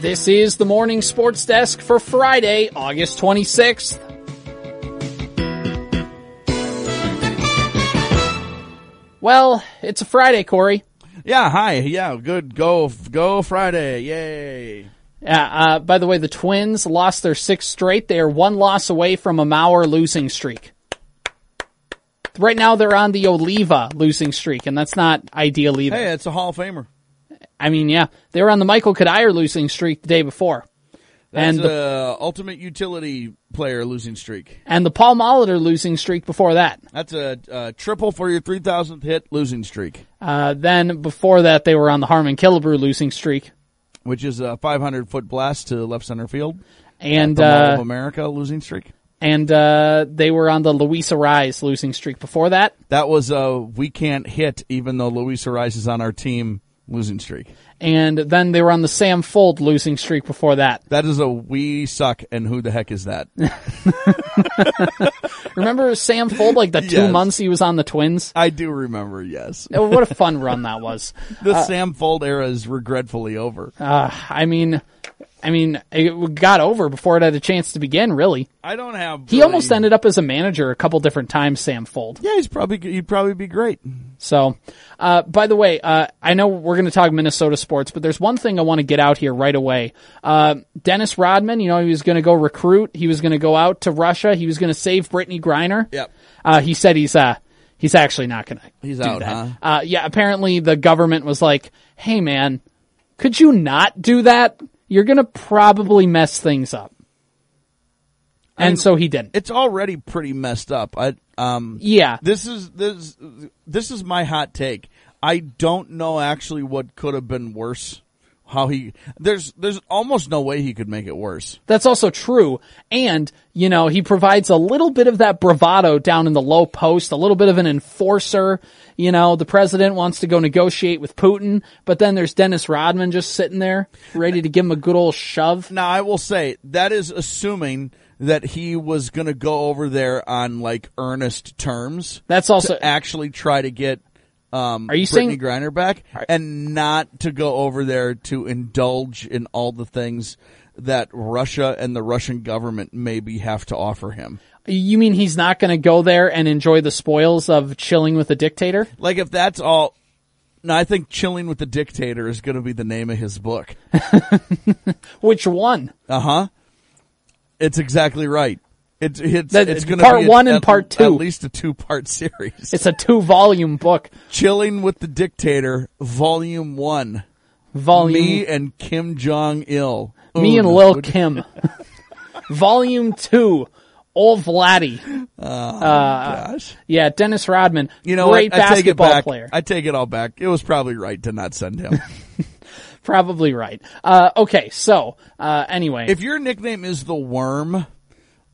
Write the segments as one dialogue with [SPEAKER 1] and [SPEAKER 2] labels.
[SPEAKER 1] This is the morning sports desk for Friday, August 26th. Well, it's a Friday, Corey.
[SPEAKER 2] Yeah, hi. Yeah, good. Go, go Friday. Yay.
[SPEAKER 1] Uh, uh, by the way, the Twins lost their sixth straight. They are one loss away from a Mauer losing streak. Right now, they're on the Oliva losing streak, and that's not ideal either.
[SPEAKER 2] Hey, it's a Hall of Famer.
[SPEAKER 1] I mean, yeah, they were on the Michael Kadire losing streak the day before,
[SPEAKER 2] That's
[SPEAKER 1] and the,
[SPEAKER 2] the ultimate utility player losing streak.
[SPEAKER 1] and the Paul Molitor losing streak before that.
[SPEAKER 2] That's a, a triple for your 3,000th hit losing streak,
[SPEAKER 1] Uh, then before that, they were on the Harmon Killebrew losing streak,
[SPEAKER 2] which is a 500 foot blast to left center field.
[SPEAKER 1] and
[SPEAKER 2] The Mall of
[SPEAKER 1] uh,
[SPEAKER 2] America losing streak.
[SPEAKER 1] and uh, they were on the Luisa Rise losing streak before that,
[SPEAKER 2] That was a we can't hit even though Luis Ariz is on our team losing streak.
[SPEAKER 1] and then they were on the Sam Fold losing streak before that.
[SPEAKER 2] That is a we suck and who the heck is that?
[SPEAKER 1] Remember Sam Fold, like the two
[SPEAKER 2] Yes.
[SPEAKER 1] months he was on the Twins?
[SPEAKER 2] I do remember, yes.
[SPEAKER 1] Oh, what a fun run that was.
[SPEAKER 2] The Sam Fold era is regretfully over.
[SPEAKER 1] uh, I mean, I mean, it got over before it had a chance to begin. Really,
[SPEAKER 2] I don't have.
[SPEAKER 1] he
[SPEAKER 2] really-
[SPEAKER 1] almost ended up as a manager a couple different times. Sam Fold.
[SPEAKER 2] Yeah, he's probably he'd probably be great.
[SPEAKER 1] So, uh, by the way, uh, I know we're going to talk Minnesota sports, but there's one thing I want to get out here right away. Uh, Dennis Rodman, you know, he was going to go recruit. He was going to go out to Russia. He was going to save Brittany Griner.
[SPEAKER 2] Yep.
[SPEAKER 1] Uh, he said he's uh, he's actually not going to.
[SPEAKER 2] He's
[SPEAKER 1] do
[SPEAKER 2] out,
[SPEAKER 1] that.
[SPEAKER 2] huh?
[SPEAKER 1] Uh, yeah. Apparently, the government was like, "Hey, man, could you not do that? You're going to probably mess things up." And
[SPEAKER 2] mean,
[SPEAKER 1] so he didn't.
[SPEAKER 2] It's already pretty messed up. I um
[SPEAKER 1] yeah.
[SPEAKER 2] this is this this is my hot take. I don't know actually what could have been worse. How he there's there's almost no way he could make it worse.
[SPEAKER 1] That's also true. And, you know, he provides a little bit of that bravado down in the low post, a little bit of an enforcer. You know, the president wants to go negotiate with Putin, but then there's Dennis Rodman just sitting there ready to give him a good old shove.
[SPEAKER 2] Now I will say that is assuming that he was going to go over there on like earnest terms.
[SPEAKER 1] That's also,
[SPEAKER 2] to actually try to get um
[SPEAKER 1] Are you
[SPEAKER 2] Brittany
[SPEAKER 1] saying-
[SPEAKER 2] Griner back and not to go over there to indulge in all the things that Russia and the Russian government maybe have to offer him.
[SPEAKER 1] you mean he's not going to go there and enjoy the spoils of chilling with a dictator?
[SPEAKER 2] Like if that's all no, I think chilling with the dictator is going to be the name of his book. Uh-huh.
[SPEAKER 1] Which one?
[SPEAKER 2] It's exactly right. It's it's
[SPEAKER 1] That-
[SPEAKER 2] it's going to
[SPEAKER 1] part
[SPEAKER 2] be
[SPEAKER 1] one and
[SPEAKER 2] at-
[SPEAKER 1] part two.
[SPEAKER 2] at least a two part series.
[SPEAKER 1] It's a two volume book.
[SPEAKER 2] chilling with the dictator, volume one.
[SPEAKER 1] Volume.
[SPEAKER 2] Me and Kim Jong Il.
[SPEAKER 1] Mm. Me and Lil Kim. Volume 2, Old Vladdy.
[SPEAKER 2] Gosh.
[SPEAKER 1] Yeah, Dennis Rodman.
[SPEAKER 2] You know,
[SPEAKER 1] great
[SPEAKER 2] what? I take it
[SPEAKER 1] basketball
[SPEAKER 2] back.
[SPEAKER 1] player.
[SPEAKER 2] I take it all back. It was probably right to not send him.
[SPEAKER 1] Probably right. Uh, okay, so uh, anyway,
[SPEAKER 2] if your nickname is the Worm,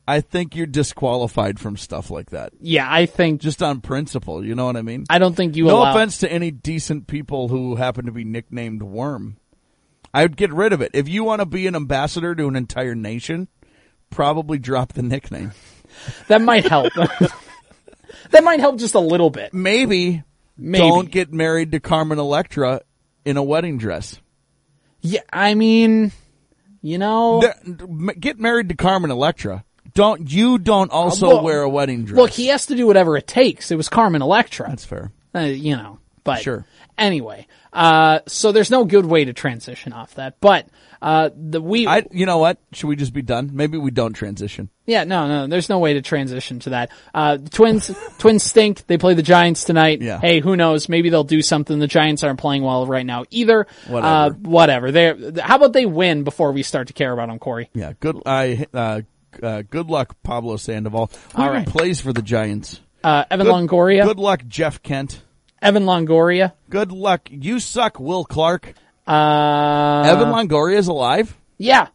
[SPEAKER 2] I think you're disqualified from stuff like that,
[SPEAKER 1] yeah, I think
[SPEAKER 2] just on principle. You know what I mean?
[SPEAKER 1] I don't think you
[SPEAKER 2] no
[SPEAKER 1] allow.
[SPEAKER 2] offense to any decent people who happen to be nicknamed Worm. I would get rid of it. If you want to be an ambassador to an entire nation, probably drop the nickname.
[SPEAKER 1] That might help. that might help just a little bit.
[SPEAKER 2] Maybe,
[SPEAKER 1] Maybe.
[SPEAKER 2] don't get married to Carmen Electra in a wedding dress.
[SPEAKER 1] Yeah, I mean, you know,
[SPEAKER 2] There- m- get married to Carmen Electra. Don't you don't also
[SPEAKER 1] Well,
[SPEAKER 2] wear a wedding dress?
[SPEAKER 1] look, he has to do whatever it takes. It was Carmen Electra,
[SPEAKER 2] that's fair.
[SPEAKER 1] uh, you know. But
[SPEAKER 2] Sure.
[SPEAKER 1] Anyway, uh, so there's no good way to transition off that. But uh, the we
[SPEAKER 2] I you know what? Should we just be done? Maybe we don't transition.
[SPEAKER 1] Yeah, no, no, there's no way to transition to that. Uh, the Twins, Twins stink. They play the Giants tonight.
[SPEAKER 2] Yeah.
[SPEAKER 1] Hey, who knows? Maybe they'll do something. The Giants aren't playing well right now either.
[SPEAKER 2] Whatever.
[SPEAKER 1] Uh, whatever. They, how about they win before we start to care about them, Corey?
[SPEAKER 2] Yeah. Good. I uh, uh, good luck, Pablo Sandoval. Who
[SPEAKER 1] All
[SPEAKER 2] even
[SPEAKER 1] right.
[SPEAKER 2] plays for the Giants?
[SPEAKER 1] Uh, Evan
[SPEAKER 2] Good-
[SPEAKER 1] Longoria.
[SPEAKER 2] Good luck, Jeff Kent.
[SPEAKER 1] Evan Longoria.
[SPEAKER 2] Good luck. You suck, Will Clark.
[SPEAKER 1] Uh,
[SPEAKER 2] Evan Oh. Longoria is alive.
[SPEAKER 1] yeah.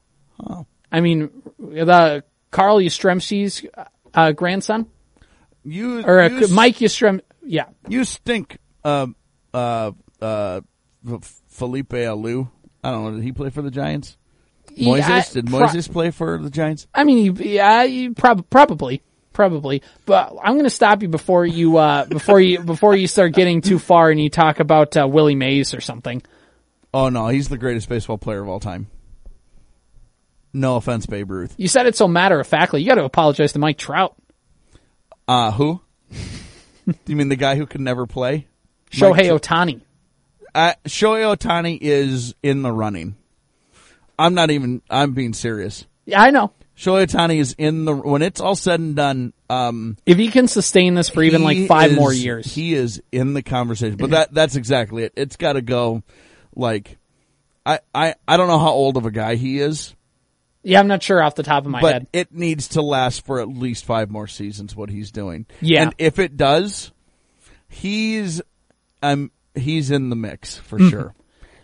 [SPEAKER 1] I mean, the Carl Yastrzemski's uh, grandson
[SPEAKER 2] You
[SPEAKER 1] or uh,
[SPEAKER 2] you, s-
[SPEAKER 1] Mike Yastrzem. Yeah.
[SPEAKER 2] You stink. Uh, uh, uh, F- Felipe Alou. I don't know. Did he play for the Giants? Moises?
[SPEAKER 1] I-
[SPEAKER 2] Did
[SPEAKER 1] pro-
[SPEAKER 2] Moises play for the Giants?
[SPEAKER 1] I mean, you- yeah, you prob- probably, probably. But I'm going to stop you before you uh, before you before you start getting too far and you talk about uh, Willie Mays or something.
[SPEAKER 2] Oh no, he's the greatest baseball player of all time. No offense, Babe Ruth.
[SPEAKER 1] You said it so matter of factly. You got to apologize to Mike Trout.
[SPEAKER 2] Uh, who? Do you mean the guy who can never play?
[SPEAKER 1] Shohei Otani.
[SPEAKER 2] Uh, Shohei Otani is in the running. I'm not even. I'm being serious.
[SPEAKER 1] Yeah, I know.
[SPEAKER 2] Shohei Otani is in the when it's all said and done. Um,
[SPEAKER 1] If he can sustain this for even
[SPEAKER 2] he
[SPEAKER 1] like five
[SPEAKER 2] is-
[SPEAKER 1] more years,
[SPEAKER 2] He is in the conversation, but that that's exactly it. It's got to go. Like, I, I I don't know how old of a guy he is,
[SPEAKER 1] yeah, I'm not sure off the top of my
[SPEAKER 2] but
[SPEAKER 1] head.
[SPEAKER 2] it needs to last for at least five more seasons. What he's doing,
[SPEAKER 1] Yeah.
[SPEAKER 2] And if it does, he's um he's in the mix for
[SPEAKER 1] Mm-hmm.
[SPEAKER 2] sure.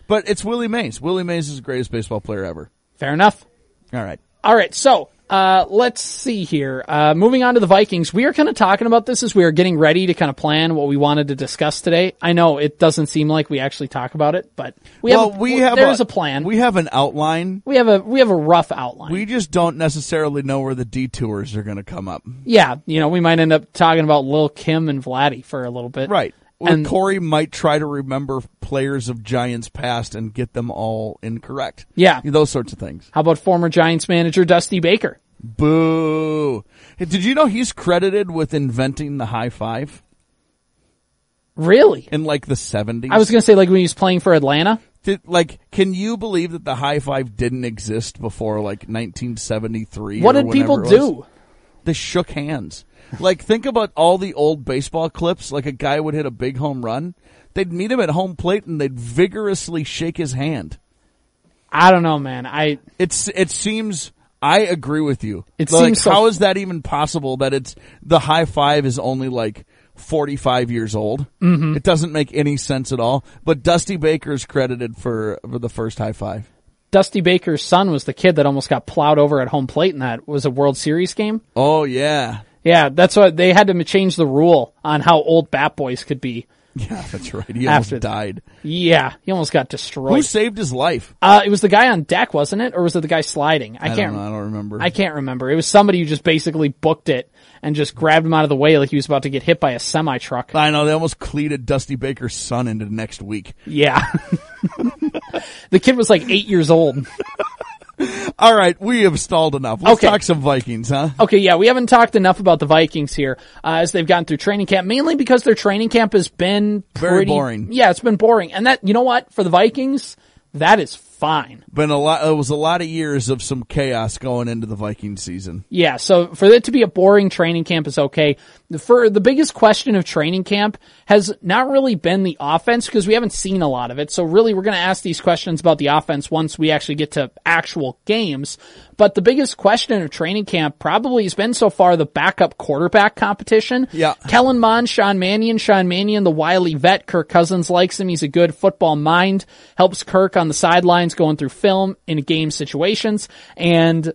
[SPEAKER 2] But it's Willie Mays. Willie Mays is the greatest baseball player ever.
[SPEAKER 1] Fair enough.
[SPEAKER 2] All right.
[SPEAKER 1] All right, so uh, let's see here. Uh, moving on to the Vikings, we are kind of talking about this as we are getting ready to kind of plan what we wanted to discuss today. I know it doesn't seem like we actually talk about it, but we
[SPEAKER 2] well,
[SPEAKER 1] have,
[SPEAKER 2] we have
[SPEAKER 1] there's a, plan. We,
[SPEAKER 2] We have an outline.
[SPEAKER 1] have a we have a rough outline.
[SPEAKER 2] We just don't necessarily know where the detours are going to come up.
[SPEAKER 1] yeah, you know, we might end up talking about Lil Kim and Vladdy for a little bit,
[SPEAKER 2] Right. Or
[SPEAKER 1] And
[SPEAKER 2] Corey might try to remember players of Giants past and get them all incorrect.
[SPEAKER 1] Yeah.
[SPEAKER 2] Those sorts of things.
[SPEAKER 1] how about former Giants manager Dusty Baker?
[SPEAKER 2] Boo. Hey, Did you know he's credited with inventing the high five
[SPEAKER 1] Really?
[SPEAKER 2] in like the 70s?
[SPEAKER 1] I was gonna say like when he was playing for Atlanta.
[SPEAKER 2] Did, like can you believe that the high five didn't exist before like 1973?
[SPEAKER 1] What
[SPEAKER 2] or
[SPEAKER 1] did
[SPEAKER 2] whenever
[SPEAKER 1] people
[SPEAKER 2] it was?
[SPEAKER 1] do?
[SPEAKER 2] They shook hands. Like think about all the old baseball clips. Like a guy would hit a big home run, they'd meet him at home plate and they'd vigorously shake his hand.
[SPEAKER 1] I don't know, man. I
[SPEAKER 2] It's it seems I agree with you.
[SPEAKER 1] It
[SPEAKER 2] like,
[SPEAKER 1] seems so-
[SPEAKER 2] how is that even possible that it's the high five is only like 45 years old? Mm-hmm. It doesn't make any sense at all. But Dusty Baker is credited for, for the first high five.
[SPEAKER 1] Dusty Baker's son was the kid that almost got plowed over at home plate in that was a World Series game.
[SPEAKER 2] Oh yeah.
[SPEAKER 1] Yeah, that's what they had to change the rule on how old Bat Boys could be.
[SPEAKER 2] Yeah, that's right. He
[SPEAKER 1] After
[SPEAKER 2] almost
[SPEAKER 1] that.
[SPEAKER 2] died.
[SPEAKER 1] Yeah, he almost got destroyed.
[SPEAKER 2] Who saved his life?
[SPEAKER 1] uh, it was the guy on deck, wasn't it, or was it the guy sliding? I,
[SPEAKER 2] I
[SPEAKER 1] can't.
[SPEAKER 2] don't, know. I don't remember.
[SPEAKER 1] I can't remember. It was somebody who just basically booked it and just grabbed him out of the way like he was about to get hit by a semi truck.
[SPEAKER 2] I know they almost cleated Dusty Baker's son into next week.
[SPEAKER 1] Yeah, the kid was like eight years old.
[SPEAKER 2] All right, we have stalled enough. Let's
[SPEAKER 1] Okay.
[SPEAKER 2] talk some Vikings, huh?
[SPEAKER 1] Okay, yeah, we haven't talked enough about the Vikings here uh, as they've gotten through training camp, mainly because their training camp has been
[SPEAKER 2] Very
[SPEAKER 1] pretty-
[SPEAKER 2] boring.
[SPEAKER 1] Yeah, it's been boring, and that you know what for the Vikings, that is fine.
[SPEAKER 2] Been a lot. It was a lot of years of some chaos going into the Viking season.
[SPEAKER 1] Yeah, so for it to be a boring training camp is okay. For the biggest question of training camp has not really been the offense because we haven't seen a lot of it. So really we're going to ask these questions about the offense once we actually get to actual games. But the biggest question of training camp probably has been so far the backup quarterback competition.
[SPEAKER 2] Yeah.
[SPEAKER 1] Kellen Mond, Sean Mannion, Sean Mannion, the wily vet. Kirk Cousins likes him. He's a good football mind. Helps Kirk on the sidelines going through film in game situations. And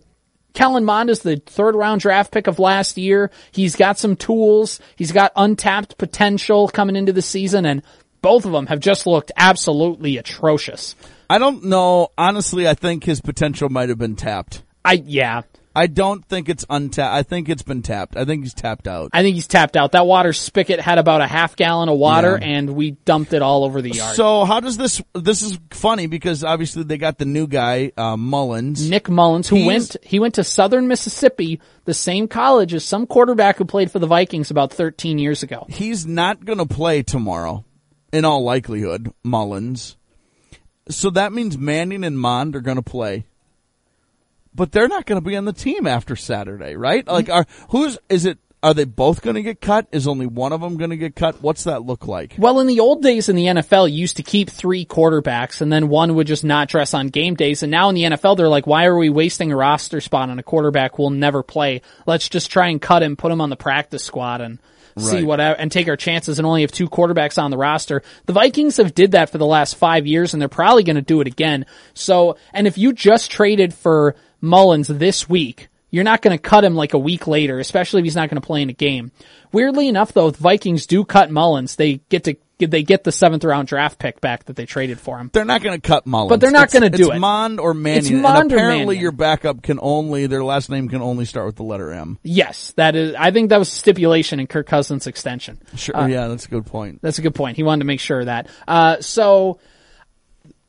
[SPEAKER 1] Kellen Mond is the third round draft pick of last year. He's got some tools. He's got untapped potential coming into the season and both of them have just looked absolutely atrocious.
[SPEAKER 2] I don't know. Honestly, I think his potential might have been tapped.
[SPEAKER 1] I, yeah,
[SPEAKER 2] I don't think it's untapped. I think it's been tapped. I think he's tapped out.
[SPEAKER 1] I think he's tapped out. That water spigot had about a half gallon of water
[SPEAKER 2] Yeah.
[SPEAKER 1] and we dumped it all over the yard.
[SPEAKER 2] So how does this? This is funny because obviously they got the new guy uh, Mullins.
[SPEAKER 1] Nick Mullins, who
[SPEAKER 2] He's-
[SPEAKER 1] went, he went to Southern Mississippi, the same college as some quarterback who played for the Vikings about 13 years ago.
[SPEAKER 2] He's not going to play tomorrow, in all likelihood. Mullins. So that means Manning and Mond are going to play, but they're not going to be on the team after Saturday, right? Like, are who's is it? Are they both going to get cut? Is only one of them going to get cut? What's that look like?
[SPEAKER 1] Well, in the old days in the NFL, you used to keep three quarterbacks and then one would just not dress on game days. And now in the NFL, they're like, why are we wasting a roster spot on a quarterback who will never play? Let's just try and cut him, put him on the practice squad and see
[SPEAKER 2] Right.
[SPEAKER 1] what, and take our chances and only have two quarterbacks on the roster. The Vikings have did that for the last five years and they're probably going to do it again. So, and if you just traded for Mullins this week, you're not going to cut him like a week later, especially if he's not going to play in a game. Weirdly enough, though, the Vikings do cut Mullins. They get to they get the seventh round draft pick back that they traded for him.
[SPEAKER 2] They're not going to cut Mullins,
[SPEAKER 1] But they're not
[SPEAKER 2] It's-
[SPEAKER 1] gonna do
[SPEAKER 2] It's
[SPEAKER 1] it.
[SPEAKER 2] Mond or Mannion.
[SPEAKER 1] Mond
[SPEAKER 2] and
[SPEAKER 1] or
[SPEAKER 2] apparently,
[SPEAKER 1] Mannion.
[SPEAKER 2] your backup can only their last name can only start with the letter M.
[SPEAKER 1] Yes, that is. I think that was stipulation in Kirk Cousins' extension.
[SPEAKER 2] Sure, yeah, that's Uh, a good point.
[SPEAKER 1] That's a good point. He wanted to make sure of that. Uh, so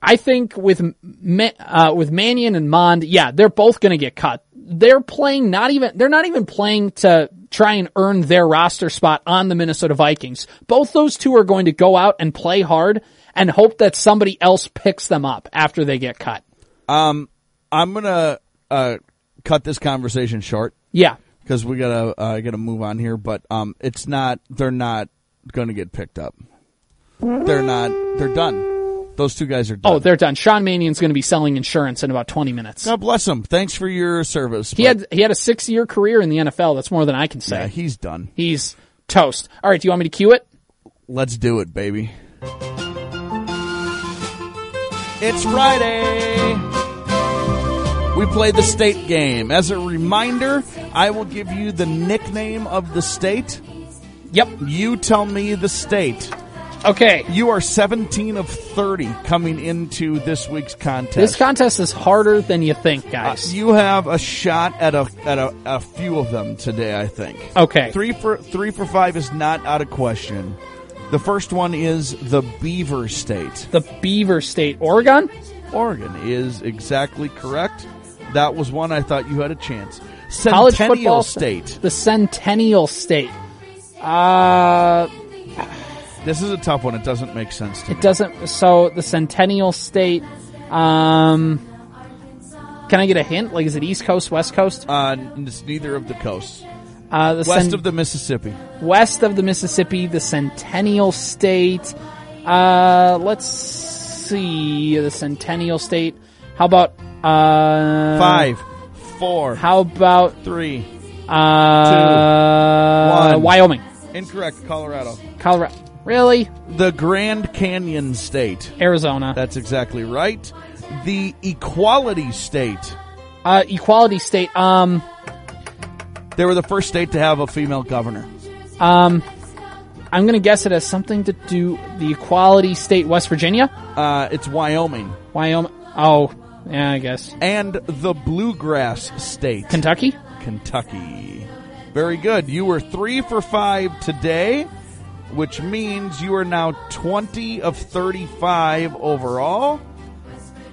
[SPEAKER 1] I think with Ma- uh, with Mannion and Mond, yeah, they're both going to get cut. They're playing not even they're not even playing to try and earn their roster spot on the Minnesota Vikings. Both those two are going to go out and play hard and hope that somebody else picks them up after they get cut.
[SPEAKER 2] I'm gonna uh, cut this conversation short
[SPEAKER 1] Yeah.
[SPEAKER 2] because we gotta uh, gotta move on here. But um, it's not they're not gonna get picked up. They're not. They're done. Those two guys are done.
[SPEAKER 1] Oh, they're done. Sean Mannion's going to be selling insurance in about 20 minutes.
[SPEAKER 2] God bless him. Thanks for your service.
[SPEAKER 1] He had he had a 6-year career in the NFL. That's more than I can say.
[SPEAKER 2] yeah, he's done.
[SPEAKER 1] He's toast. All right, do you want me to cue it?
[SPEAKER 2] Let's do it, baby. It's Friday. We play the state game. As a reminder, I will give you the nickname of the state.
[SPEAKER 1] Yep.
[SPEAKER 2] You tell me the state.
[SPEAKER 1] Okay.
[SPEAKER 2] You are 17 of 30 coming into this week's contest.
[SPEAKER 1] This contest is harder than you think, guys.
[SPEAKER 2] Uh, you have a shot at a at a, a few of them today, I think.
[SPEAKER 1] Okay.
[SPEAKER 2] Three for three for five is not out of question. The first one is the Beaver State.
[SPEAKER 1] The Beaver State, Oregon?
[SPEAKER 2] Oregon is exactly correct. That was one I thought you had a chance. Centennial
[SPEAKER 1] College football
[SPEAKER 2] State.
[SPEAKER 1] The Centennial State. Uh,
[SPEAKER 2] This is a tough one. It doesn't make sense to me.
[SPEAKER 1] it doesn't, so the Centennial State, um, can I get a hint? Like, is it East Coast, West Coast?
[SPEAKER 2] Uh, it's neither of the coasts.
[SPEAKER 1] Uh, the
[SPEAKER 2] West
[SPEAKER 1] Cen-
[SPEAKER 2] of the Mississippi.
[SPEAKER 1] west of the Mississippi, the Centennial State. Uh, let's see the Centennial State. How about uh,
[SPEAKER 2] Five, four,
[SPEAKER 1] How about
[SPEAKER 2] three.
[SPEAKER 1] uh,
[SPEAKER 2] Two. One.
[SPEAKER 1] Wyoming,
[SPEAKER 2] Incorrect. Colorado.
[SPEAKER 1] Colorado? Really?
[SPEAKER 2] The Grand Canyon State.
[SPEAKER 1] Arizona?
[SPEAKER 2] That's exactly right. The Equality State.
[SPEAKER 1] Uh, Equality State. Um,
[SPEAKER 2] They were the first state to have a female governor.
[SPEAKER 1] I'm gonna guess it has something to do the Equality State, West Virginia,
[SPEAKER 2] Uh, it's Wyoming
[SPEAKER 1] Wyoming. Oh, yeah, I guess
[SPEAKER 2] and the Bluegrass State.
[SPEAKER 1] Kentucky.
[SPEAKER 2] Kentucky. Very good. You were three for five today, which means you are now 20 of 35 overall.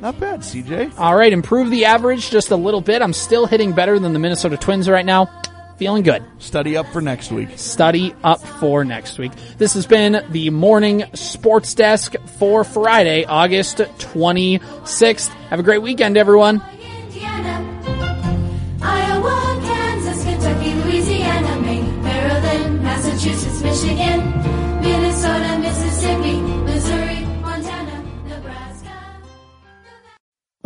[SPEAKER 2] Not bad, CJ.
[SPEAKER 1] All right, improve the average just a little bit. I'm still hitting better than the Minnesota Twins right now. Feeling good.
[SPEAKER 2] Study up for next week.
[SPEAKER 1] study up for next week. This has been the morning sports desk for Friday, August 26th. Have a great weekend, everyone.
[SPEAKER 3] Indiana, Iowa, Kansas, Kentucky, Louisiana, Maine, Maryland, Massachusetts, Michigan, Minnesota, Mississippi, Missouri, Montana, Nebraska.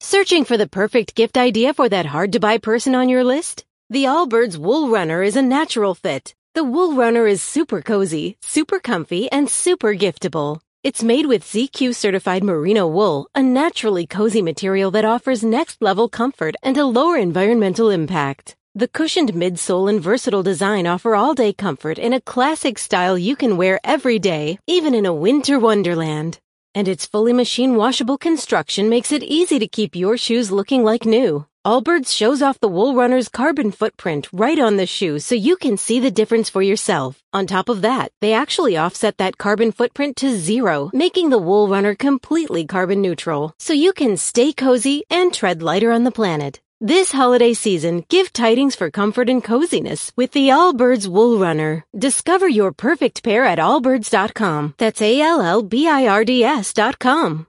[SPEAKER 4] Searching for the perfect gift idea for that hard to buy person on your list? The Allbirds Wool Runner is a natural fit. The Wool Runner is super cozy, super comfy, and super giftable. It's made with ZQ certified merino wool, a naturally cozy material that offers next level comfort and a lower environmental impact. The cushioned midsole and versatile design offer all day comfort in a classic style you can wear every day, even in a winter wonderland. And its fully machine washable construction makes it easy to keep your shoes looking like new. Allbirds shows off the Wool Runner's carbon footprint right on the shoe so you can see the difference for yourself. On top of that, they actually offset that carbon footprint to zero, making the Wool Runner completely carbon neutral so you can stay cozy and tread lighter on the planet. This holiday season, give tidings for comfort and coziness with the Allbirds Wool Runner. Discover your perfect pair at allbirds.com. That's A L L B I R D S.com.